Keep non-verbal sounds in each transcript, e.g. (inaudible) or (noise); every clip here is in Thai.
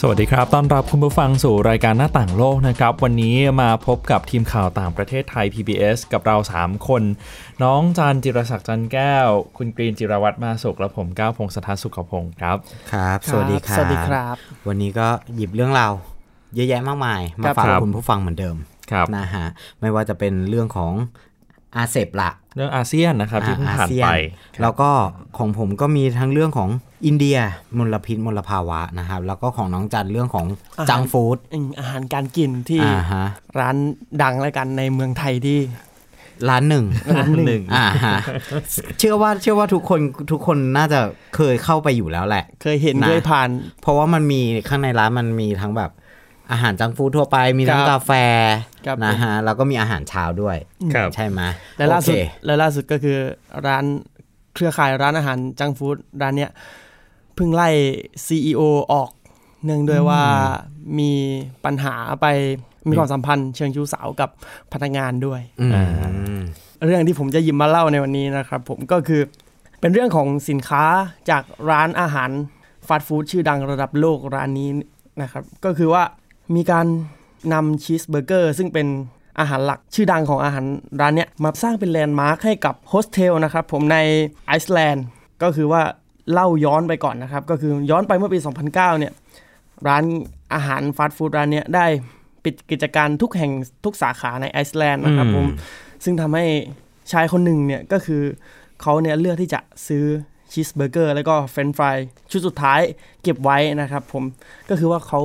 สวัสดีครับต้อนรับคุณผู้ฟังสู่รายการหน้าต่างโลกนะครับ วันนี้มาพบกับทีมข่าวต่างประเทศไทย PBS กับเรา 3 คน น้องจันจิรศักดิ์จันแก้ว คุณกรีนจิรวัตรมาสุขและผมก้าวพงศธรสุขพงศ์ครับ ครับ ครับ สวัสดีครับ สวัสดีครับ วันนี้ก็หยิบเรื่องราวเยอะแยะมากมาย มาฝาก ครับ คุณผู้ฟังเหมือนเดิม ครับ นะฮะ ไม่ว่าจะเป็นเรื่องของอาเซบละ เรื่องอาเซียนนะครับที่เพิ่ง อา ผ่าน เซีย ไป น แล้วก็ของผมก็มีทั้งเรื่องของอินเดียมลพิษมลภาวะนะครับ แล้วก็ของน้องจันเรื่องของ อาหาร จังฟู้ด อืมอาหารการกินที่ อ่าฮะ ร้านดังแล้วกันในเมืองไทยที่ ร้านหนึ่ง ร้านหนึ่ง (laughs) อ่าฮะ เชื่อว่าเชื่อว่าทุกคนทุกคนน่าจะเคยเข้าไปอยู่แล้วแหละ เคยเห็น นะ เคยผ่าน เพราะว่ามันมีข้างในร้านมันมีทั้งแบบอาหารจังฟู้ดทั่วไปมีทั้ง ครับ กาแฟ ครับ นะฮะแล้วก็มีอาหารเช้าด้วย ครับ ใช่ไหม และล่าสุด โอเค และล่าสุดก็คือร้านเครือข่ายร้านอาหารจังฟู้ดร้านเนี้ยเพิ่งไล่ CEO ออก เนื่องด้วยว่ามีปัญหาไปมีความสัมพันธ์เชิงชู้สาวกับพนักงานด้วย อืม อ่า เรื่องที่ผมจะหยิบมาเล่าในวันนี้นะครับ ผมก็คือเป็นเรื่องของสินค้าจากร้านอาหารฟาสต์ฟู้ดชื่อดังระดับโลกร้านนี้นะครับ ก็คือว่ามีการนำชีสเบอร์เกอร์ ซึ่งเป็นอาหารหลักชื่อดังของอาหารร้านเนี้ยมาสร้างเป็นแลนด์มาร์คให้กับโฮสเทลนะครับผมในไอซ์แลนด์ก็คือว่าเล่าย้อนไปก่อนนะครับ ก็คือย้อนไปเมื่อปี 2009เนี่ยร้านอาหารฟาสต์ฟู้ดร้านเนี้ยได้ปิดกิจการทุกแห่งทุกสาขาในไอซ์แลนด์นะครับผม ซึ่งทำให้ชายคนหนึ่งเนี่ยก็คือเขาเนี่ยเลือกที่จะซื้อชีสเบอร์เกอร์แล้วก็เฟรนช์ฟรายชุดสุดท้ายเก็บไว้นะครับผมก็คือว่าเขา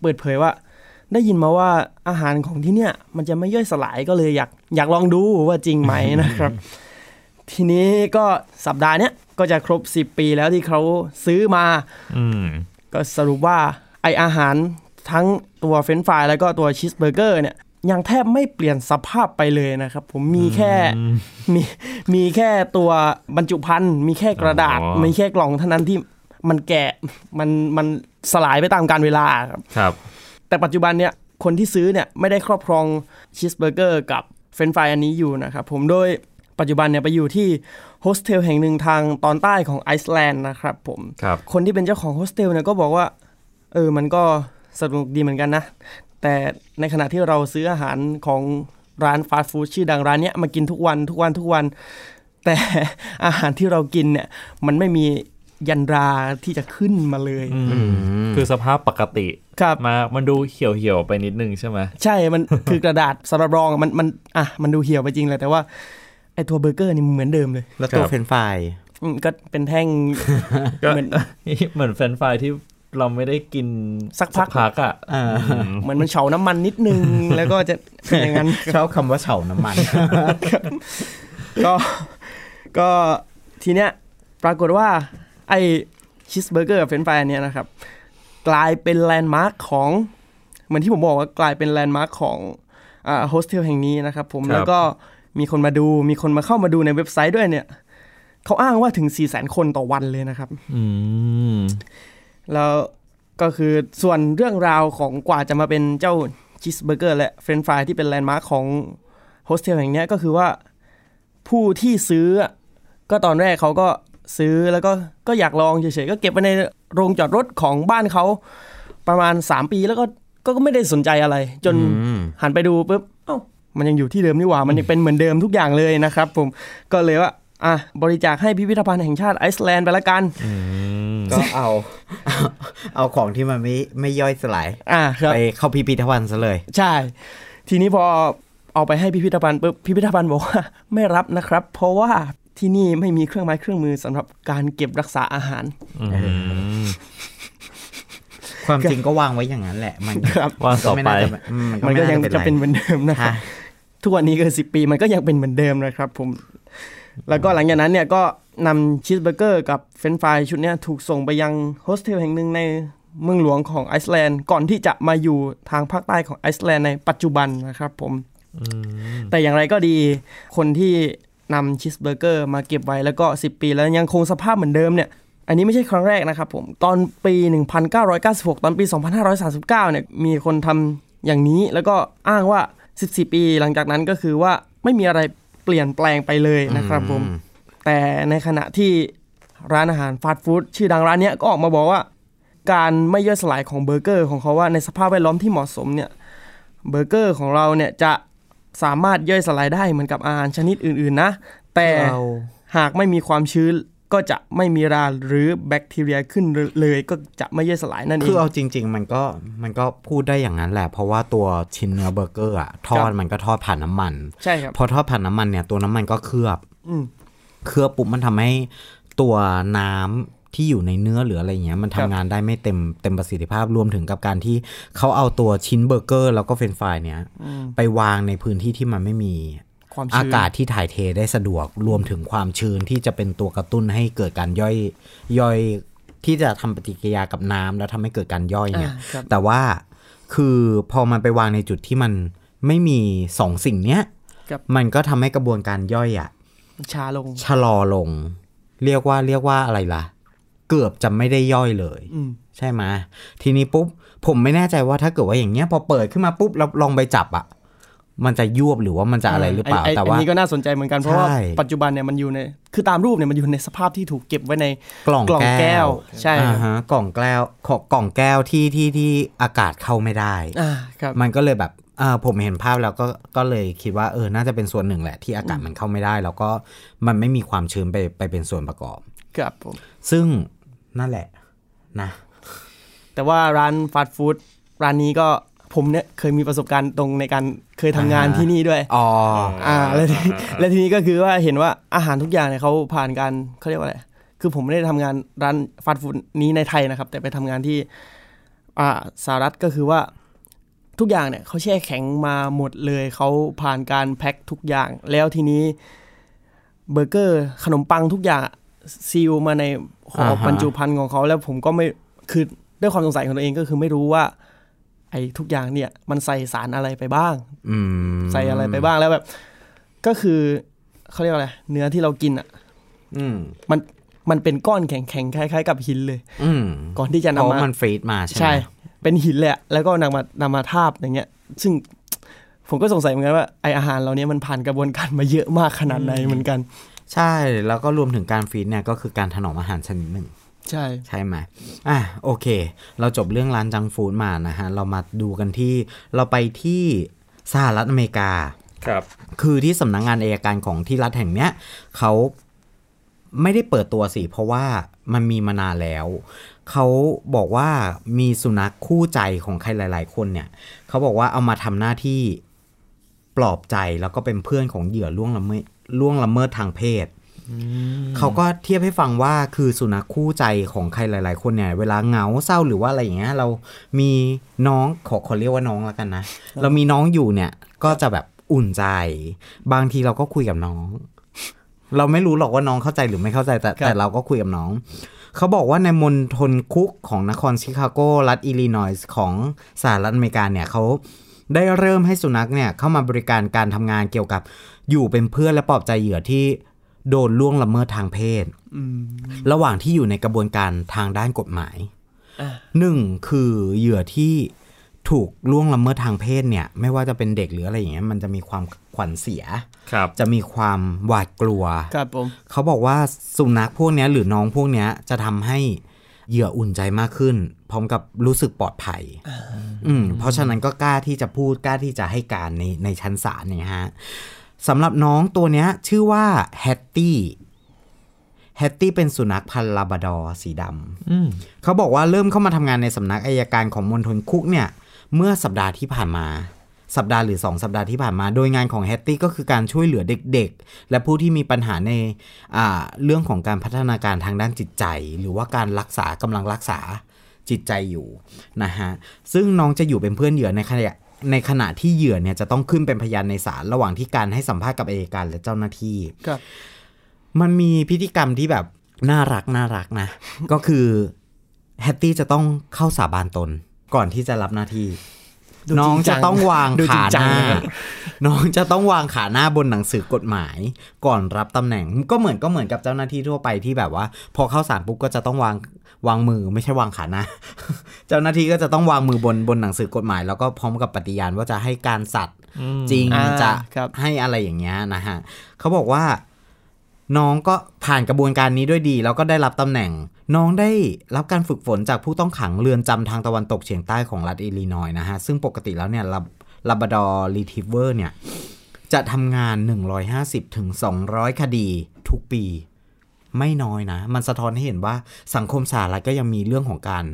เปิดเผยว่า ได้ยินมาว่าอาหารของที่เนี่ย มันจะไม่ย่อยสลายก็เลยอยากอยากลองดูว่าจริงไหมนะครับ (laughs) ทีนี้ก็สัปดาห์เนี้ยก็จะครบ 10 ปีแล้วที่เขาซื้อมา อืม ก็สรุปว่าไออาหารทั้งตัวเฟรนช์ฟรายแล้วก็ตัวชีสเบอร์เกอร์เนี่ยยังแทบไม่เปลี่ยนสภาพไปเลยนะครับ ผมมีแค่มีมีแค่ตัวบรรจุภัณฑ์มีแค่กระดาษ อ๋อ มีแค่กล่องเท่านั้นที่มันแกะมันมันสลายไปตามกาลเวลาครับ ครับ แต่ปัจจุบันเนี่ยคนที่ซื้อเนี่ยไม่ได้ครอบครองชีสเบอร์เกอร์กับเฟรนช์ฟรายอันนี้อยู่นะครับผมโดยปัจจุบันเนี่ยไปอยู่ที่โฮสเทลแห่งหนึ่งทางตอนใต้ของไอซ์แลนด์นะครับผม ครับ คนที่เป็นเจ้าของโฮสเทลเนี่ยก็บอกว่า เออ มันก็สนุกดีเหมือนกันนะ แต่ในขณะที่เราซื้ออาหารของร้านฟาสต์ฟู้ดชื่อดังร้านเนี้ยมากินทุกวันทุกวันทุกวัน แต่ อาหารที่เรากินเนี่ย มันไม่มียันราที่จะขึ้นมาเลย คือสภาพปกติ ครับ มามันดูเหี่ยวเหี่ยวๆไปนิดนึงใช่ไหม (laughs) ใช่ มัน คือกระดาษสำหรับรองอะมันมันอ่ะมันดูเหี่ยวไปจริงแหละแต่ว่าไอตัวเบอร์เกอร์นี่เหมือนเดิมเลย แล้วตัว ครับ เฟรนช์ฟราย อืมก็เป็นแท่งเหมือน เหมือนแฟรนช์ฟรายที่เราไม่ได้กิน สักพัก อ่ะ อ่า เหมือนมันเฉาน้ำมันนิดนึง แล้วก็จะเป็นอย่างนั้น (laughs) ชอบคำว่าเฉาน้ำมัน (laughs) ก็ก็ทีเนี้ยปรากฏว่า ไอชีสเบอร์เกอร์กับเฟรนช์ฟรายอันเนี้ยนะครับ กลายเป็นแลนด์มาร์คของ เหมือนที่ผมบอกว่ากลายเป็นแลนด์มาร์คของอ่าโฮสเทลแห่งนี้นะครับผมแล้วก็มีคนมาดูมีคนมาเข้ามาดูในเว็บไซต์ด้วยเนี่ยเขาอ้างว่าถึง 4 0 0 0 0 0 คนต่อวันเลยนะครับ อืม แล้วก็คือส่วนเรื่องราวของกว่าจะมาเป็นเจ้าชีสเบอร์เกอร์และเฟรนช์ฟรายที่เป็นแลนด์มาร์คของโฮสเทลแห่งเนี้ยก็คือว่าผู้ที่ซื้ออะก็ตอนแรกเขาก็ซื้อแล้วก็ก็อยากลองเฉยๆ ก็เก็บไว้ในโรงจอดรถของบ้านเขาประมาณ 3 ปีแล้วก็ก็ก็ไม่ได้สนใจอะไร จนหันไปดูปุ๊บเอ้ามันยังอยู่ที่เดิมนี่หว่า มันยังเป็นเหมือนเดิมทุกอย่างเลยนะครับผมก็เลยว่าอ่ะบริจาคให้พิพิธภัณฑ์แห่งชาติไอซ์แลนด์ไปละกัน ก็เอา (laughs) เอาของที่มันไม่ไม่ย่อยสลาย อ่ะครับ ไปเข้าพิพิธภัณฑ์ซะเลย ใช่ ทีนี้พอเอาไปให้พิพิธภัณฑ์ปุ๊บพิพิธภัณฑ์บอกว่า ไม่รับนะครับ เพราะว่าที่นี่ไม่มีเครื่องไม้เครื่องมือสำหรับการเก็บรักษาอาหาร ความจริงก็วางไว้อย่างนั้นแหละ มัน ครับ วางต่อไป ม่น่าจะอื มันก็ยัง ไา จะเป็นเหมือนเดิมนะครั ฮะ บ ทุกวันนี้ก็สิบปีมันก็ยังเป็นเหมือนเดิมนะครับผม แล้วก็หลังจากนั้นเนี่ยก็นำชีสเบอร์เกอร์กับเฟรนช์ฟรายชุดเนี้ยถูกส่งไปยังโฮสเทลแห่งหนึ่งในเมืองหลวงของไอซ์แลนด์ ก่อนที่จะมาอยู่ทางภาคใต้ของไอซ์แลนด์ในปัจจุบันนะครับผมแต่อย่างไรก็ดีคนที่นำชีสเบอร์เกอร์มาเก็บไว้แล้วก็ 10 ปีแล้วยังคงสภาพเหมือนเดิมเนี่ยไอ อันนี้ไม่ใช่ครั้งแรกนะครับผม ตอนปี 1996 ตอนปี 2539 เนี่ยมีคนทำอย่างนี้แล้วก็อ้างว่า 14 ปีหลังจากนั้นก็คือว่าไม่มีอะไรเปลี่ยนแปลงไปเลยนะครับผม แต่ในขณะที่ร้านอาหารฟาสต์ฟู้ดชื่อดังร้านเนี้ยก็ออกมาบอกว่า การไม่ย่อยสลายของเบอร์เกอร์ของเขาว่าในสภาพแวดล้อมที่เหมาะสมเนี่ยเบอร์เกอร์ของเราเนี่ยจะสามารถย่อยสลายได้เหมือนกับอาหารชนิดอื่นๆนะ แต่ เรา หากไม่มีความชื้นก็จะไม่มีราหรือแบคทีเรียขึ้นเลยก็จะไม่ย่อยสลายนั่นเอง คือเอาจริง ๆ มันก็มันก็พูดได้อย่างนั้นแหละ เพราะว่าตัวชิ้นเนื้อเบอร์เกอร์อะทอดมันก็ทอดผ่านน้ำมัน ใช่ครับ พอทอดผ่านน้ำมันเนี่ยตัวน้ำมันก็เคลือบ อืม เคลือบปุ๊บมันทำให้ตัวน้ำที่อยู่ในเนื้อหรืออะไรเงี้ยมัน ค ทำ รับ งานได้ไม่เต็มเต็มประสิทธิภาพรวมถึงกับการที่เขาเอาตัวชิ้นเบอร์เกอร์ แล้วก็เฟรนช์ฟรายเนี่ยไปวางในพื้นที่ที่มันไม่มี ความ อา ชื้น กาศที่ถ่ายเทได้สะดวกรวมถึงความชื้นที่จะเป็นตัวกระตุ้นให้เกิดการย่อยย่อยที่จะทำปฏิกิริยากับน้ำแล้วทำให้เกิดการย่อยเนี่ย อ่าครับ แต่ว่าคือพอมันไปวางในจุดที่มันไม่มีสองสิ่งเนี้ย กับ มันก็ทำให้กระบวนการย่อยอ่ะ ชาลง ชะลอลง เรียกว่าเรียกว่าอะไรล่ะ เกือบจะไม่ได้ย่อยเลย อืม ใช่ไหมทีนี้ปุ๊บ ผมไม่แน่ใจว่าถ้าเกิดว่าอย่างเงี้ยพอเปิดขึ้นมาปุ๊บเราลองไปจับอะมันจะยวบหรือว่ามันจะอะไรหรือเปล่าแต่ไอั ว่า นนี้ก็น่าสนใจเหมือนกัน เพราะว่า ใช่ ปัจจุบันเนี่ยมันอยู่ใน คือตามรูปเนี่ยมันอยู่ในสภาพที่ถูกเก็บไว้ใน กล่อง กล่อง แก้ แก้ ว ว ใช่ อ่าฮะกล่องแก้วขอกล่องแก้วที่ที่ที่อากาศเข้าไม่ได้ อ่าครับ มันก็เลยแบบอ่าผมเห็นภาพแล้วก็ก็เลยคิดว่าเออน่าจะเป็นส่วนหนึ่งแหละ ที่อากาศมันเข้าไม่ได้ แล้วก็มันไม่มีความชื้นไปไปเป็นส่วนประกอบ ครับผม ซึ่งนั่นแหละนะ แต่ว่าร้านฟาสต์ฟู้ดร้านนี้ก็ผมเนี่ยเคยมีประสบการณ์ตรงในการเคยทำงาน อ่า ที่นี่ด้วย อ๋อ อ่าแล้วทีแล้วทีนี้ก็คือว่าเห็นว่าอาหารทุกอย่างเนี่ยเขาผ่านการเขาเรียกว่าอะไร คือผมไม่ได้ทำงานร้านฟาสต์ฟู้ดนี้ในไทยนะครับ แต่ไปทำงานที่อ่าสหรัฐก็คือว่าทุกอย่างเนี่ยเขาแช่แข็งมาหมดเลยเขาผ่านการแพ็คทุกอย่าง แล้วทีนี้เบอร์เกอร์ขนมปังทุกอย่างซีลมาในห่อ อ่าฮะ บรรจุภัณฑ์ของเขาแล้วผมก็ไม่คือด้วยความสงสัยของตัวเองก็คือไม่รู้ว่า ไอ้ทุกอย่างเนี่ยมันใส่สารอะไรไปบ้าง อืม ใส่อะไรไปบ้างแล้วแบบ ก็คือเขาเรียกว่าอะไรเนื้อที่เรากินอ่ะ อืม มันมันเป็นก้อนแข็งๆคล้ายๆ กับหินเลย อืม ก่อนที่จะ เพราะ นำ ว่า มา มันฟรีดมาใช่ไหม ใช่ เป็นหินแหลยอะแล้วก็นำมานำมาทาบอย่างเงี้ย ซึ่งผมก็สงสัยเหมือนกันว่าไออาหารเราเนี้ยมันผ่านกระบวนการมาเยอะมากขนาดไหนเหมือนกัน ใช่ แล้วก็รวมถึงการฟรีดเนี่ยก็คือการถนอมอาหารชนิดหนึ่ง ใช่ ใช่ไหมอ่ะโอเค เราจบเรื่องร้านจังฟูดมานะฮะ เรามาดูกันที่เราไปที่สหรัฐอเมริกา ครับ คือที่สำนักงานอายการของที่รัฐแห่งเนี้ยเขาไม่ได้เปิดตัวสิ เพราะว่ามันมีมานานแล้ว เขาบอกว่ามีสุนัขคู่ใจของใครหลาย ๆ คนเนี่ย เขาบอกว่าเอามาทำหน้าที่ปลอบใจแล้วก็เป็นเพื่อนของเหยื่อล่วงละเมิดล่วงละเมิดทางเพศ เขาก็เทียบให้ฟังว่าคือสุนัขคู่ใจของใครหลาย ๆ คนเนี่ย เวลาเหงาเศร้าหรือว่าอะไรอย่างเงี้ยเรามีน้องขอขอเรียกว่าน้องแล้วกันนะ เรามีน้องอยู่เนี่ยก็จะแบบอุ่นใจ บางทีเราก็คุยกับน้อง เราไม่รู้หรอกว่าน้องเข้าใจหรือไม่เข้าใจแต่ ครับ แต่เราก็คุยกับน้อง เขาบอกว่าในมณฑลคุกของนครชิคาโกรัฐอิลลินอยส์ของสหรัฐอเมริกาเนี่ยเขาได้เริ่มให้สุนัขเนี่ยเข้ามาบริการการทำงานเกี่ยวกับอยู่เป็นเพื่อนและปลอบใจเหยื่อที่โดนล่วงละเมิดทางเพศ ระหว่างที่อยู่ในกระบวนการทางด้านกฎหมาย อ่ะ หนึ่งคือเหยื่อที่ถูกล่วงละเมิดทางเพศเนี่ย ไม่ว่าจะเป็นเด็กหรืออะไรอย่างเงี้ยมันจะมีความขวัญเสีย ครับ จะมีความหวาดกลัว ครับผม เขาบอกว่าสุนัขพวกเนี้ยหรือน้องพวกเนี้ยจะทำให้เหยื่ออุ่นใจมากขึ้น พร้อมกับรู้สึกปลอดภัย อืมเพราะฉะนั้นก็กล้าที่จะพูดกล้าที่จะให้การในในชั้นศาลเนี่ยฮะสำหรับน้องตัวเนี้ยชื่อว่าแฮตตี้แฮตตี้เป็นสุนัขพันธุ์ลาบราดอร์สีด อืม ำเขาบอกว่าเริ่มเข้ามาทำงานในสำนักอายการของมณฑลคุกเนี่ย เมื่อสัปดาห์ที่ผ่านมา สัปดาห์หรือ 2 สัปดาห์ที่ผ่านมา โดยงานของแฮตตี้ก็คือการช่วยเหลือเด็กๆ และผู้ที่มีปัญหาในอ่าเรื่องของการพัฒนาการทางด้านจิตใจ หรือว่าการรักษากำลังรักษาจิตใจอยู่นะฮะ ซึ่งน้องจะอยู่เป็นเพื่อนเหยื่อในขณะในขณะที่เหยื่อเนี่ยจะต้องขึ้นเป็นพยานในศาลระหว่างที่การให้สัมภาษณ์กับเอยการและเจ้าหน้าที่ ครับ มันมีพิธีกรรมที่แบบน่ารักน่ารัก (laughs) นะ ก็คือแฮตตี้จะต้องเข้าสาบานตนก่อนที่จะรับหน้าที่ ดูจริง น้องจะต้องวาง ดูจริ ขาห จั น้า เลยะ (laughs) น้องจะต้องวางขาหน้าบนหนังสือกฎหมาย ก่อนรับตำแหน่งก็เหมือนก็เหมือนกับเจ้าหน้าที่ทั่วไปที่แบบว่า พอเข้าสารปุ๊บก็จะต้องวางวางมือไม่ใช่วางขาหน้า (laughs) เจ้าหน้าที่ก็จะต้องวางมือบนบนหนังสือกฎหมาย แล้วก็พร้อมกับปฏิญาณว่าจะให้การสัตว์จริง อ่า จะ ครับ ให้อะไรอย่างเงี้ยนะฮะเขาบอกว่า น้องก็ผ่านกระบวนการนี้ด้วยดี แล้วก็ได้รับตำแหน่ง น้องได้รับการฝึกฝนจากผู้ต้องขังเรือนจำทางตะวันตกเฉียงใต้ของรัฐอิลลินอยนะฮะ ซึ่งปกติแล้วเนี่ยลับลาบดอร์รีทิเวอร์เนี่ย จะทำงาน 150 ถึง 200 คดีทุกปี ไม่น้อยนะ มันสะท้อนให้เห็นว่าสังคมสหรัฐก็ยังมีเรื่องของการ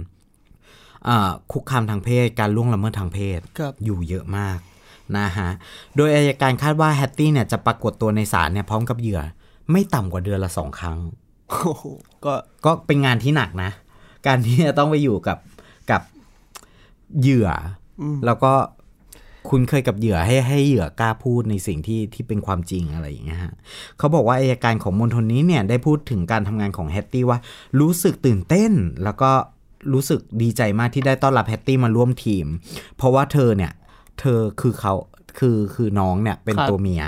อ่าคุกคามทางเพศ การล่วงละเมิดทางเพศ ครับ อยู่เยอะมากนะฮะ โดยอายการคาดว่าแฮตตี้เนี่ยจะปรากฏตัวในศาลเนี่ยพร้อมกับเหยื่อ ไม่ต่ำกว่าเดือนละสองครั้ง โอ้โหก็ ก็เป็นงานที่หนักนะ การที่จะต้องไปอยู่กับกับเหยื่ออแล้วก็คุณเคยกับเหยื่อให้ให้เหยื่อกล้าพูดในสิ่งที่ที่เป็นความจริงอะไรอย่างเงี้ยฮะเขาบอกว่าอายการของมณฑลนี้เนี่ยได้พูดถึงการทำงานของแฮตตี้ว่า รู้สึกตื่นเต้น แล้วก็รู้สึกดีใจมากที่ได้ต้อนรับแฮตตี้มาร่วมทีม เพราะว่าเธอเนี่ยเธอคือเขาคือคือน้องเนี่ยเป็นตัวเมีย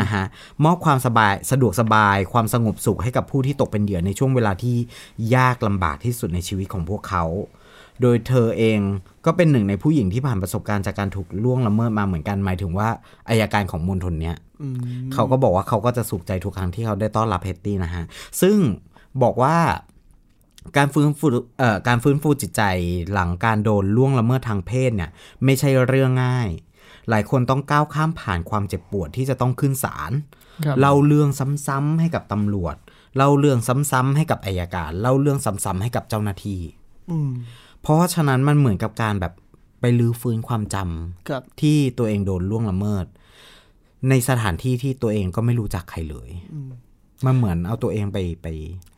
นะฮะมอบความสบายสะดวกสบายความสงบสุขให้กับผู้ที่ตกเป็นเหยื่อในช่วงเวลาที่ยากลำบากที่สุดในชีวิตของพวกเขา โดยเธอเองก็เป็นหนึ่งในผู้หญิงที่ผ่านประสบการณ์จากการถูกล่วงละเมิดมาเหมือนกันหมายถึงว่าอายการของมณฑลเนี้ย อืม เขาก็บอกว่าเขาก็จะสุขใจทุกครั้งที่เขาได้ต้อนรับเฮตตี้นะฮะ ซึ่งบอกว่าการฟื้นฟูเอ่อการฟื้นฟูจิตใจหลังการโดนล่วงละเมิดทางเพศเนี่ย ไม่ใช่เรื่องง่าย หลายคนต้องก้าวข้ามผ่านความเจ็บปวดที่จะต้องขึ้นศาล ครับ เล่าเรื่องซ้ำๆให้กับตำรวจ เล่าเรื่องซ้ำๆให้กับอายการ เล่าเรื่องซ้ำๆให้กับเจ้าหน้าที่ อืม เพราะฉะนั้นมันเหมือนกับการแบบไปลื้อฟื้นความจำ ครับ ที่ตัวเองโดนล่วงละเมิด ในสถานที่ที่ตัวเองก็ไม่รู้จักใครเลย มันเหมือนเอาตัวเองไปไป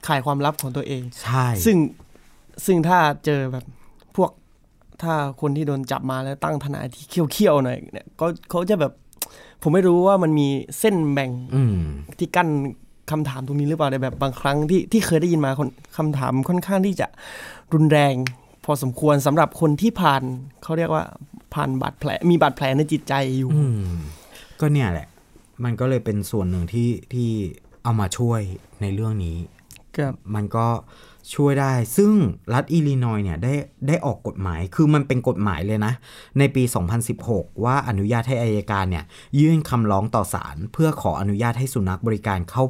ขายความลับของตัวเอง ใช่ ซึ่งซึ่งถ้าเจอแบบพวกถ้าคนที่โดนจับมาแล้วตั้งทนายที่เขี้ยวๆหน่อยเนี่ยก็เขาจะแบบ ผมไม่รู้ว่ามันมีเส้นแบ่ง อืม ที่กั้นคำถามตรงนี้หรือเปล่าแต่แบบบางครั้งที่ที่เคยได้ยินมาคนคำถามค่อนข้างที่จะรุนแรง พอสมควรสำหรับคนที่ผ่านเขาเรียกว่าผ่านบาดแผลมีบาดแผลในจิตใจอยู่ อืม ก็เนี่ยแหละ มันก็เลยเป็นส่วนหนึ่งที่ที่เอามาช่วยในเรื่องนี้ ครับ มันก็ช่วยได้ ซึ่งรัฐอิลลินอยเนี่ยได้ได้ออกกฎหมาย คือมันเป็นกฎหมายเลยนะ ในปี 2016 ว่าอนุญาตให้อายการเนี่ยยื่นคำร้องต่อศาลเพื่อขออนุญาตให้สุนัขบริการเข้า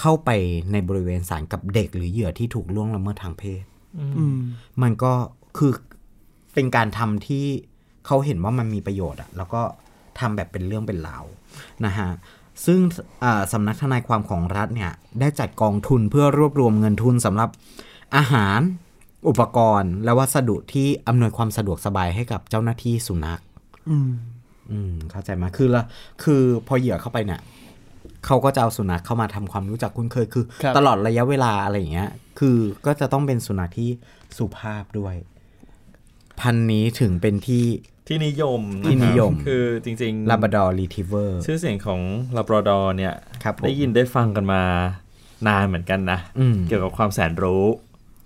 เข้าไปในบริเวณศาลกับเด็กหรือเหยื่อที่ถูกล่วงละเมิดทางเพศ อืม มันก็คือเป็นการทำที่เขาเห็นว่ามันมีประโยชน์อะแล้วก็ทำแบบเป็นเรื่องเป็นราวนะฮะซึ่งเอ่อสำนักทนายความของรัฐเนี่ยได้จัดกองทุนเพื่อรวบรวมเงินทุนสำหรับอาหาร อุปกรณ์ และวัสดุที่อำนวยความสะดวกสบายให้กับเจ้าหน้าที่สุนัข อืม อืมเข้าใจไหมาคือละคือพอเหยื่อเข้าไปเนี่ยเขาก็จะเอาสุนัขเข้ามาทำความรู้จักคุ้นเคยคือ ครับ ตลอดระยะเวลาอะไรอย่างเงี้ย คือก็จะต้องเป็นสุนัขที่สุภาพด้วย พันธุ์นี้ถึงเป็นที่ ที่นิยม ที่นิยม นะครับคือจริงๆ ลาบ r ดอร์รีทิเวอร์ ชื่อเสียงของลาบราดอร์เนี่ย ครับผม ได้ยินได้ฟังกันมานานเหมือนกันนะ อืม เกี่ยวกับความแสนรู้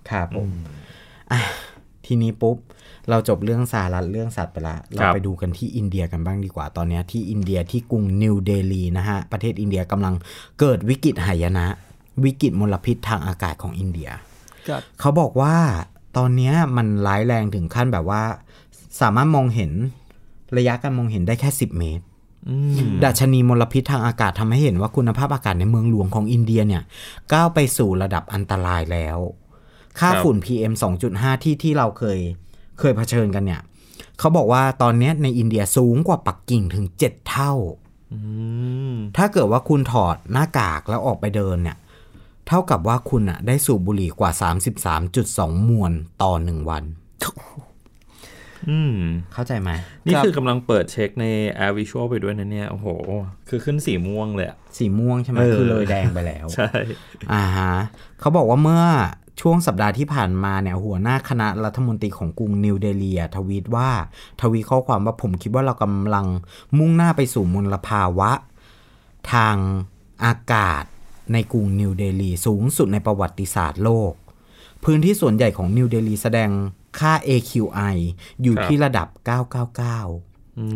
ครับผมอ่ะทีนี้ปุ๊บ เราจบเรื่องสหรัฐเรื่องสัตว์ไปละ เราไปดูกันที่อินเดียกันบ้างดีกว่าตอนเนี้ยที่อินเดียที่กรุงนิวเดลีนะฮะ ประเทศอินเดียกำลังเกิดวิกฤตหายนะ วิกฤตมลพิษทางอากาศของอินเดีย ครับ เขาบอกว่าตอนเนี้ยมันร้ายแรงถึงขั้นแบบว่า สามารถมองเห็นระยะการมองเห็นได้แค่ 10 เมตร ดัชนีมลพิษทางอากาศทำให้เห็นว่าคุณภาพอากาศในเมืองหลวงของอินเดียเนี่ย ก้าวไปสู่ระดับอันตรายแล้ว ค่า ครับ ฝุ่น PM 2.5 ที่ที่เราเคยเคยเผชิญกันเนี่ย เขาบอกว่าตอนเนี้ยในอินเดียสูงกว่าปักกิ่งถึง 7 เท่า ถ้าเกิดว่าคุณถอดหน้ากากแล้วออกไปเดินเนี่ย เท่ากับว่าคุณอะได้สูบบุหรี่กว่า 33.2 มวนต่อ 1 วัน อืม เข้าใจไหม นี่คือกำลังเปิดเช็คใน Air Visual ไปด้วยนะเนี่ย โอ้โห คือขึ้นสีม่วงเลยอะ สีม่วงใช่ไหม เออ คือเลยแดงไปแล้ว ใช่ อ่าฮะเขาบอกว่าเมื่อช่วงสัปดาห์ที่ผ่านมาเนี่ยหัวหน้าคณะรัฐมนตรีของกรุงนิวเดลีอะทวีตว่าทวีตข้อความว่าผมคิดว่าเรากำลังมุ่งหน้าไปสู่มลภาวะ ทางอากาศในกรุงนิวเดลีสูงสุดในประวัติศาสตร์โลก พื้นที่ส่วนใหญ่ของนิวเดลีแสดง ค่า AQI อยู่ ครับ ที่ระดับ 999 อืม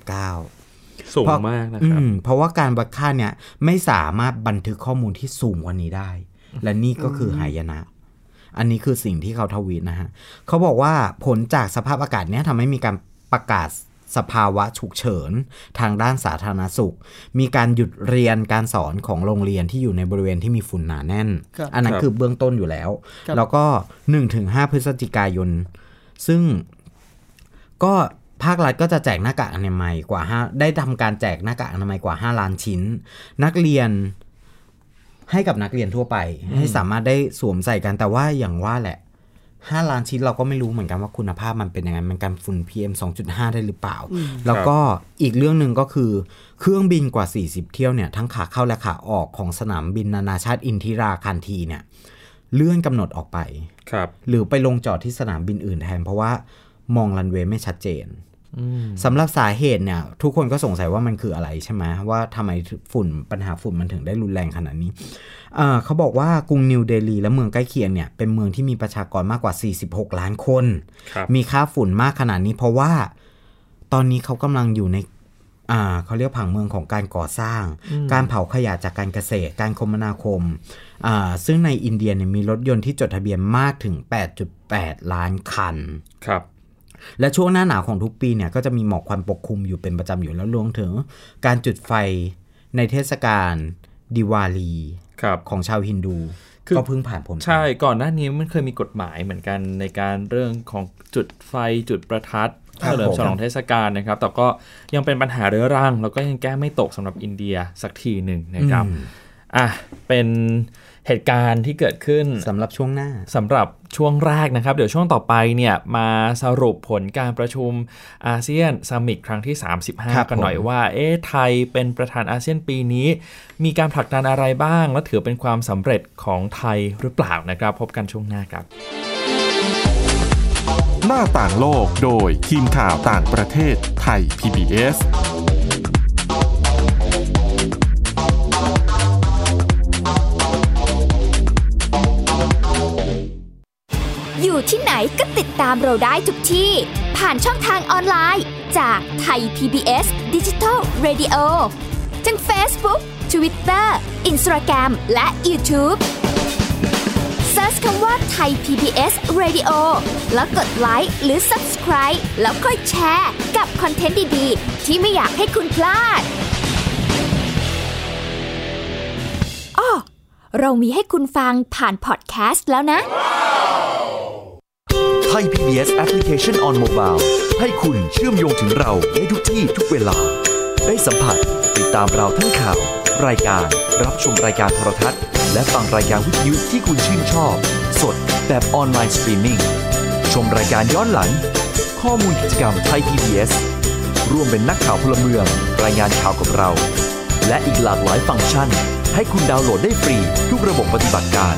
999 สูง เพราะ มากนะ อื ครับ มเพราะว่าการวัดค่าเนี่ยไม่สามารถบันทึกข้อมูลที่สูงกว่านี้ได้ และนี่ก็คือหายนะ อันนี้คือสิ่งที่เขาทวีตนะฮะเขาบอกว่าผลจากสภาพอากาศเนี่ยทำให้มีการประกาศสภาวะฉุกเฉิน ทางด้านสาธารณสุข มีการหยุดเรียนการสอนของโรงเรียนที่อยู่ในบริเวณที่มีฝุ่นหนาแน่น ครับ อันนั้น ครับ คือเบื้องต้นอยู่แล้ว ครับ แล้วก็ 1-5 พฤศจิกายน ซึ่ง ก็ภาครัฐก็จะแจกหน้ากากอนามัยกว่าห้าได้ทำการแจกหน้ากากอนามัยกว่า 5 ล้านชิ้น นักเรียนให้กับนักเรียนทั่วไป ให้สามารถได้สวมใส่กันแต่ว่าอย่างว่าแหละ 5 ล้านชิ้นเราก็ไม่รู้เหมือนกันว่าคุณภาพมันเป็นยังไงมันกันฝุ่น PM 2.5 ได้หรือเปล่า แล้วก็อีกเรื่องหนึ่งก็คือ เครื่องบินกว่า 40 เที่ยวเนี่ยทั้งขาเข้าและขาออกของสนามบินนานาชาติอินทิราคันทีเนี่ยเลื่อนกำหนดออกไป ครับ หรือไปลงจอดที่สนามบินอื่นแทนเพราะว่ามองรันเวย์ไม่ชัดเจนสำหรับสาเหตุเนี่ย ทุกคนก็สงสัยว่ามันคืออะไรใช่ไหมว่าทำไมฝุ่นปัญหาฝุ่นมันถึงได้รุนแรงขนาดนี้เอ่อเขาบอกว่ากรุงนิวเดลีและเมืองใกล้เคียงเนี่ย เป็นเมืองที่มีประชากรมากกว่า 46 ล้านคน ครับ มีค่าฝุ่นมากขนาดนี้เพราะว่าตอนนี้เขากำลังอยู่ใน อ่าเขาเรียกผังเมืองของการก่อสร้าง การเผาขยะจากการเกษตร การคมนาคมอ่าซึ่งในอินเดียเนี่ยมีรถยนต์ที่จดทะเบียนมากถึง 8.8 ล้านคัน ครับ และช่วงหน้าหนาวของทุกปีเนี่ยก็จะมีหมอกควันปกคลุมอยู่เป็นประจำอยู่แล้วรวมถึง การจุดไฟในเทศกาลดิวาลี ครับ ของชาวฮินดู คือ ก็เพิ่งผ่านผล ใช่ก่อนหน้านี้มันเคยมีกฎหมายเหมือนกันในการเรื่องของจุดไฟจุดประทัด ครับ เฉลิมฉลอง ผม เทศกาลนะครับ แต่ก็ยังเป็นปัญหาเรื้อรัง แล้วก็ยังแก้ไม่ตกสำหรับอินเดียสักทีหนึ่งนะครับอ่ะเป็นเหตุการณ์ที่เกิดขึ้น สำหรับช่วงหน้า สำหรับช่วงแรกนะครับ เดี๋ยวช่วงต่อไปเนี่ยมาสรุปผลการประชุมอาเซียนซัมมิตครั้งที่ ครับ 35 กันหน่อย ผม ว่าเอ๊ะไทยเป็นประธานอาเซียนปีนี้ มีการผลักดันอะไรบ้าง และถือเป็นความสำเร็จของไทยหรือเปล่านะครับ พบกันช่วงหน้าครับ หน้าต่างโลกโดยทีมข่าวต่างประเทศไทย PBS อยู่ที่ไหนก็ติดตามเราได้ทุกที่ ผ่านช่องทางออนไลน์ จากไทย PBS Digital Radio ทั้ง Facebook Twitter Instagram และ YouTube Search คำว่าไทย PBS Radio แล้วกดไลค์หรือ Subscribe แล้วค่อยแชร์กับคอนเทนต์ดี ๆ ที่ไม่อยากให้คุณพลาดอ้อเรามีให้คุณฟังผ่านพอดแคสต์แล้วนะ ไทย PBS Application on Mobile ให้คุณเชื่อมโยงถึงเราได้ทุกที่ทุกเวลา ได้สัมผัสติดตามเราทั้งข่าว รายการ รับชมรายการโทรทัศน์ และฟังรายการวิทยุที่คุณชื่นชอบ สดแบบออนไลน์สตรีมมิ่งชมรายการย้อนหลัง ข้อมูลกิจกรรมไทย PBS ร่วมเป็นนักข่าวพลเมือง รายงานข่าวกับเรา และอีกหลากหลายฟังก์ชัน ให้คุณดาวน์โหลดได้ฟรี ทุกระบบปฏิบัติการ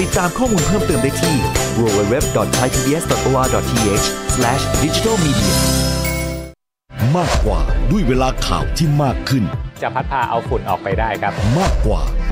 ติดตามข้อมูลเพิ่มเติมได้ที่ www.thaipbs.or.th/digitalmedia มากกว่าด้วยเวลาข่าวที่มากขึ้น จะพัดพาเอาฝุ่นออกไปได้ครับ มากกว่า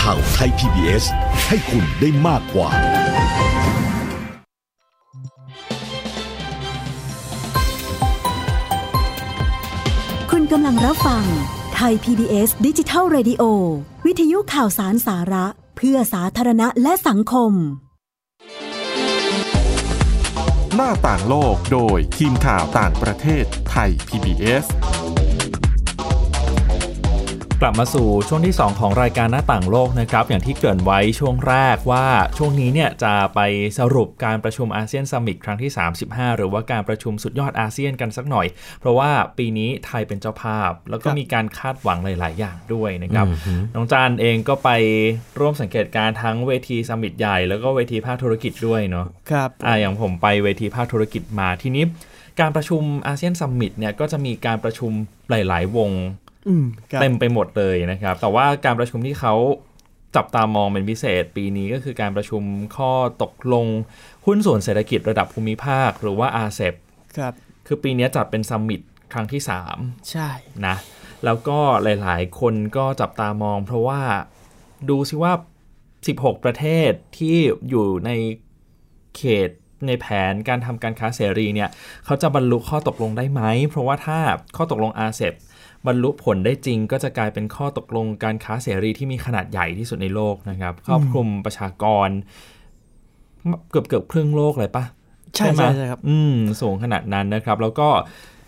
ข่าวไทย PBS ให้คุณได้มากกว่า คุณกำลังรับฟังไทย PBS ดิจิทัล Radio วิทยุข่าวสารสาระ เพื่อสาธารณะและสังคม หน้าต่างโลกโดยทีมข่าวต่างประเทศไทย PBS กลับมาสู่ช่วงที่ 2 ของรายการหน้าต่างโลกนะครับ อย่างที่เกริ่นไว้ช่วงแรกว่าช่วงนี้เนี่ยจะไปสรุปการประชุมอาเซียนซัมมิตครั้งที่ 35 หรือว่าการประชุมสุดยอดอาเซียนกันสักหน่อย เพราะว่าปีนี้ไทยเป็นเจ้าภาพ แล้วก็มีการคาดหวังหลาย ๆ อย่างด้วยนะครับ น้องจานเองก็ไปร่วมสังเกตการณ์ทั้งเวทีซัมมิตใหญ่แล้วก็เวทีภาคธุรกิจด้วยเนาะ ครับ อ่าอย่างผมไปเวทีภาคธุรกิจมาทีนี้ การประชุมอาเซียนซัมมิตเนี่ยก็จะมีการประชุมหลาย ๆ วง อืมครับ เต็มไปหมดเลยนะครับ แต่ว่าการประชุมที่เขาจับตามองเป็นพิเศษปีนี้ก็คือการประชุมข้อตกลง หุ้นส่วนเศรษฐกิจระดับภูมิภาค หรือว่าอาเซ ครับ คือปีนี้จัดเป็นซัมมิตครั้งที่ ใช่ 3 นะ แล้วก็หลายๆ คนก็จับตามองเพราะว่าดูซิว่า 16 ประเทศที่อยู่ในเขตในแผนการทำการค้าเสรีเนี่ยเขาจะบรรลุข้อตกลงได้ไหม เพราะว่าถ้าข้อตกลงอาเซบรรลุผลได้จริงก็จะกลายเป็นข้อตกลงการค้าเสรีที่มีขนาดใหญ่ที่สุดในโลกนะครับครอบคลุมประชากร เกือบเกือบๆครึ่งโลกเลยปะ ใช่ ไหม ใช่ใช่ครับ อืมสูงขนาดนั้นนะครับ แล้วก็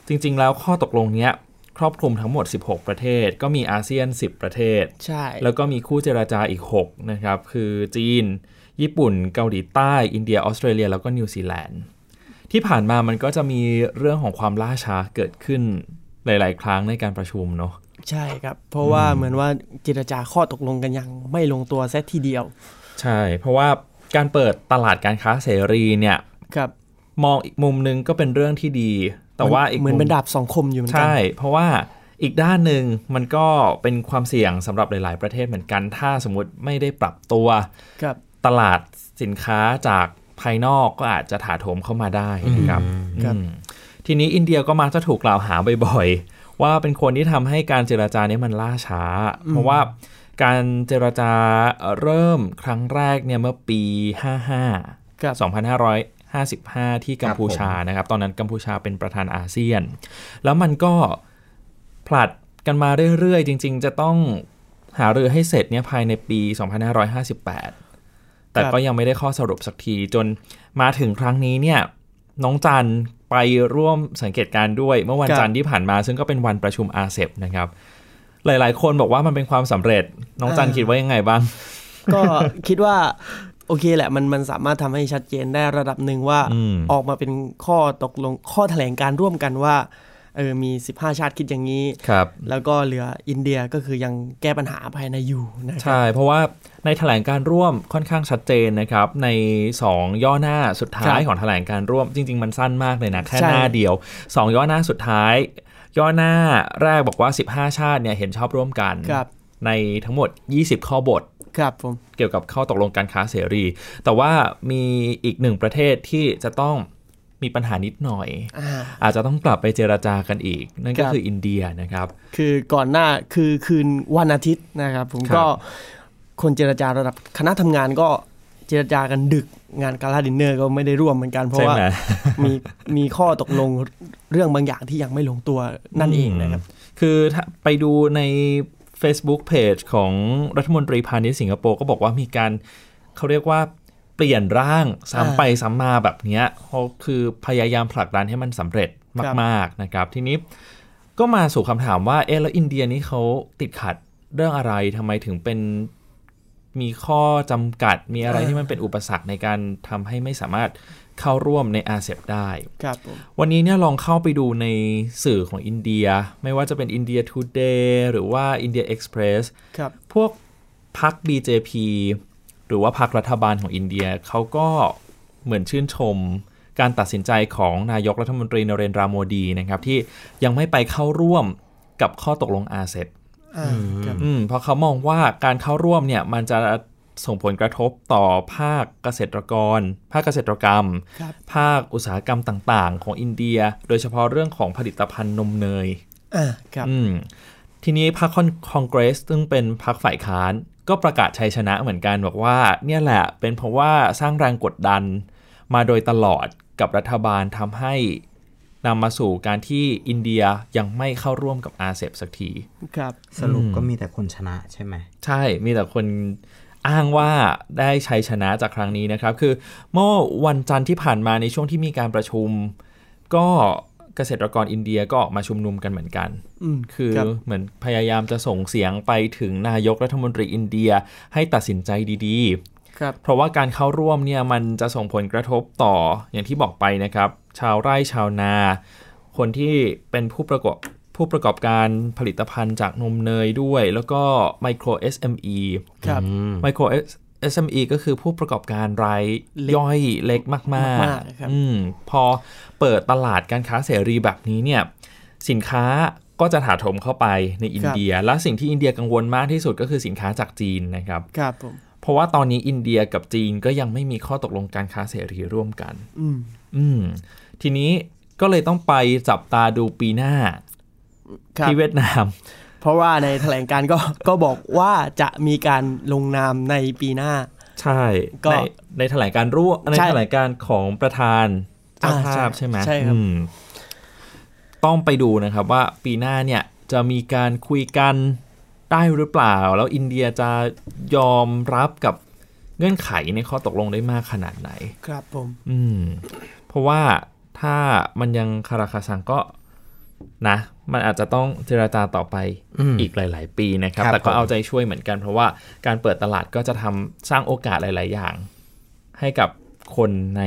จริง ๆ แล้วข้อตกลงเนี้ยครอบคลุมทั้งหมด 16 ประเทศ ก็มีอาเซียน 10 ประเทศ ใช่ แล้วก็มีคู่เจราจาอีก 6 นะครับ คือจีน ญี่ปุ่น เกาหลีใต้ อินเดีย ออสเตรเลีย แล้วก็นิวซีแลนด์ ที่ผ่านมามันก็จะมีเรื่องของความล่าช้าเกิดขึ้นหลาย ๆ ครั้งในการประชุมเนาะ ใช่ครับ เพราะว่าเหมือนว่าเจรจาข้อตกลงกันยังไม่ลงตัวแซะทีเดียว ใช่ เพราะว่าการเปิดตลาดการค้าเสรีเนี่ย ครับ มองอีกมุมนึงก็เป็นเรื่องที่ดี แต่ว่าอีก เหมือน มุม เป็นดาบสองคมอยู่เหมือนกั ใช่ เพราะว่าอีกด้านหนึ่งมันก็เป็นความเสี่ยงสำหรับหลาย ๆ ประเทศเหมือนกัน ถ้าสมมติไม่ได้ปรับตัว ครับ ตลาดสินค้าจากภายนอกก็อาจจะถาโถมเข้ามาได้นะครับ ครับ อืมทีนี้อินเดียก็มักจะถูกกล่าวหาบ่อย ๆ ว่าเป็นคนที่ทำให้การเจรจาเนี้มันล่าช้า เพราะว่าการเจรจาเริ่มครั้งแรกเนี่ยเมื่อปี 55 ครับ 2555 ที่กัมพูชานะครับ ตอนนั้นกัมพูชาเป็นประธานอาเซียน แล้วมันก็ผลัดกันมาเรื่อย ๆ จริง ๆ จะต้องหารือให้เสร็จเนี่ยภายในปี 2558 แต่ ครับ ก็ยังไม่ได้ข้อสรุปสักทีจนมาถึงครั้งนี้เนี่ยน้องจันไปร่วมสังเกตการณ์ด้วย เมื่อวันจันทร์ที่ผ่านมา ซึ่งก็เป็นวันประชุมอาเซบนะครับ หลายๆ คนบอกว่ามันเป็นความสำเร็จ น้องจันคิดว่ายังไงบ้าง ก็ (laughs) คิดว่าโอเคแหละมันมันสามารถทำให้ชัดเจนได้ระดับหนึ่งว่า อืม ออกมาเป็นข้อตกลงข้อแถลงการร่วมกันว่าเออมี 15 ชาติคิดอย่างนี้ ครับ แล้วก็เหลืออินเดียก็คือยังแก้ปัญหาภายในอยู่นะครับ ใช่ เพราะว่าในแถลงการร่วมค่อนข้างชัดเจนนะครับ ใน 2 ย่อหน้าสุด ครั ท้าย บ ของแถลงการร่วมจริง ๆ มันสั้นมากเลยนะ แค่ ใช่ หน้าเดียว 2 ย่อหน้าสุดท้าย ย่อหน้าแรกบอกว่า 15 ชาติเนี่ยเห็นชอบร่วมกัน ครับ ในทั้งหมด 20 ข้อบท ครับผม เกี่ยวกับข้อตกลงการค้าเสรี แต่ว่ามีอีกหนึ่งประเทศที่จะต้องมีปัญหานิดหน่อย อ่า อาจจะต้องกลับไปเจราจากันอีก นั่นก็ ครับ คืออินเดียนะครับ คือก่อนหน้าคือคืนวันอาทิตย์นะครับ ผม ครับ ก็คนเจรจาระดับคณะทำงานก็เจรจากันดึกงานการาดินเนอร์ก็ไม่ได้ร่วมเหมือนกันเพราะ ใช่ ว่า ไหม (laughs) มีมีข้อตกลงเรื่องบางอย่างที่ยังไม่ลงตัวนั่นเองนะครับ คือถ้าไปดูใน Facebook Page ของรัฐมนตรีพาณิชย์สิงคโปร์ก็บอกว่ามีการเขาเรียกว่าเปลี่ยนร่าง อ่า ซ้ำไปซ้ำมาแบบเนี้ยเขาคือพยายามผลักดันให้มันสำเร็จ ครับ มาก ๆ นะครับ ทีนี้ก็มาสู่คำถามว่าเอะแล้วอินเดียนี่เขาติดขัดเรื่องอะไรทำไมถึงเป็นมีข้อจำกัดมีอะไรที่มันเป็นอุปสรรคในการทำให้ไม่สามารถเข้าร่วมในอาเซียนได้ ครับผม วันนี้เนี่ยลองเข้าไปดูในสื่อของอินเดีย ไม่ว่าจะเป็นอินเดีย Today หรือว่า India Express ครับ พวกพรรค BJP หรือว่าพรรครัฐบาลของอินเดียเขาก็เหมือนชื่นชม การตัดสินใจของนายกรัฐมนตรีนเรนทราโมดีนะครับที่ยังไม่ไปเข้าร่วมกับข้อตกลงอาเซบ อ่าครับ อืมเพราะเขามองว่าการเข้าร่วมเนี่ยมันจะส่งผลกระทบต่อภาคเกษตรกร ภาคเกษตรกรรม ครับ ภาคอุตสาหกรรมต่างๆ ของอินเดีย โดยเฉพาะเรื่องของผลิตภัณฑ์นมเนย อ่าครับ อืมทีนี้พรรคคอนคอนเกรสซึ่งเป็นพรรคฝ่ายค้าน ก็ประกาศชัยชนะเหมือนกันบอกว่าเนี่ยแหละเป็นเพราะว่าสร้างแรงกดดันมาโดยตลอดกับรัฐบาลทำให้นำมาสู่การที่อินเดียยังไม่เข้าร่วมกับอาเซบสักที ครับ สรุปก็มีแต่คนชนะใช่ไหม ใช่ มีแต่คนอ้างว่าได้ชัยชนะจากครั้งนี้นะครับ คือเมื่อวันจันทร์ที่ผ่านมาในช่วงที่มีการประชุม ก็เกษตรกรอินเดียก็ออกมาชุมนุมกันเหมือนกัน อืม คือ ครับ เหมือนพยายามจะส่งเสียงไปถึงนายกรัฐมนตรีอินเดียให้ตัดสินใจดี ๆ ครับ เพราะว่าการเข้าร่วมเนี่ยมันจะส่งผลกระทบต่ออย่างที่บอกไปนะครับ ชาวไร่ชาวนา คนที่เป็นผู้ประกอบผู้ประกอบการผลิตภัณฑ์จากนมเนยด้วย แล้วก็ไมโคร SME ครับ ไมโคร SME ก็คือผู้ประกอบการรายย่อยเล็กมาก มากๆครับ ๆอืมพอเปิดตลาดการค้าเสรีแบบนี้เนี่ยสินค้าก็จะถาโถมเข้าไปในอินเดีย และสิ่งที่อินเดียกังวลมากที่สุดก็คือสินค้าจากจีนนะครับ ครับผม เพราะว่าตอนนี้อินเดียกับจีนก็ยังไม่มีข้อตกลงการค้าเสรีร่วมกัน อืม อืม ทีนี้ก็เลยต้องไปจับตาดูปีหน้า ครับ ที่เวียดนาม เพราะว่าในแถลงการณ์ก็ (laughs) ก็บอกว่าจะมีการลงนามในปีหน้า ใช่ ก็ ในในแถลงการณ์ร่วมใน ใช่ แถลงการณ์ของประธานเจ้า อ่า ภาพใช่ไหม ใช่ครับ อืมต้องไปดูนะครับว่าปีหน้าเนี่ยจะมีการคุยกันได้หรือเปล่า แล้วอินเดียจะยอมรับกับเงื่อนไขในข้อตกลงได้มากขนาดไหน ครับผม อืม เพราะว่าถ้ามันยังคาราคาซังก็นะ มันอาจจะต้องเจราจาต่อไป อืม อีกหลาย ๆ ปีนะครับ ครับ แต่ก็ ผม เอาใจช่วยเหมือนกัน เพราะว่าการเปิดตลาดก็จะทำสร้างโอกาสหลาย ๆ อย่าง ให้กับคนใน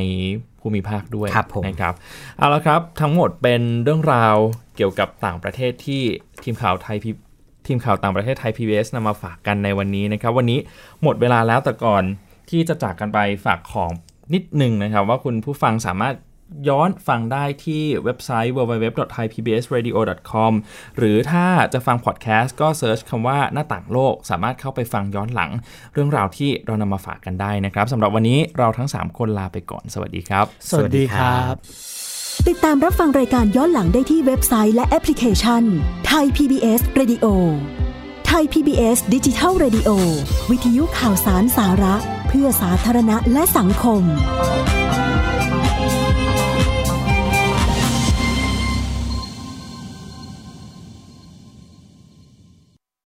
ภูมิภาคด้วย ครับผม นะครับเอาละครับทั้งหมดเป็นเรื่องราวเกี่ยวกับต่างประเทศที่ทีมข่าวไทยพีทีมข่าวต่างประเทศไทย PBS นำมาฝากกันในวันนี้นะครับ วันนี้หมดเวลาแล้วแต่ก่อนที่จะจากกันไปฝากของนิดหนึ่งนะครับ ว่าคุณผู้ฟังสามารถย้อนฟังได้ที่เว็บไซต์ www.thaipbsradio.com หรือถ้าจะฟังพอดแคสต์ก็เซิร์ชคำว่าหน้าต่างโลก สามารถเข้าไปฟังย้อนหลัง เรื่องราวที่เรานำมาฝากกันได้นะครับสำหรับวันนี้เราทั้ง 3 คนลาไปก่อนสวัสดีครับ สวัสดีครับ ติดตามรับฟังรายการย้อนหลังได้ที่เว็บไซต์และแอปพลิเคชันไทย PBS Radio ไทย PBS ดิจิทัล Radio วิทยุข่าวสารสาระ เพื่อสาธารณะและสังคม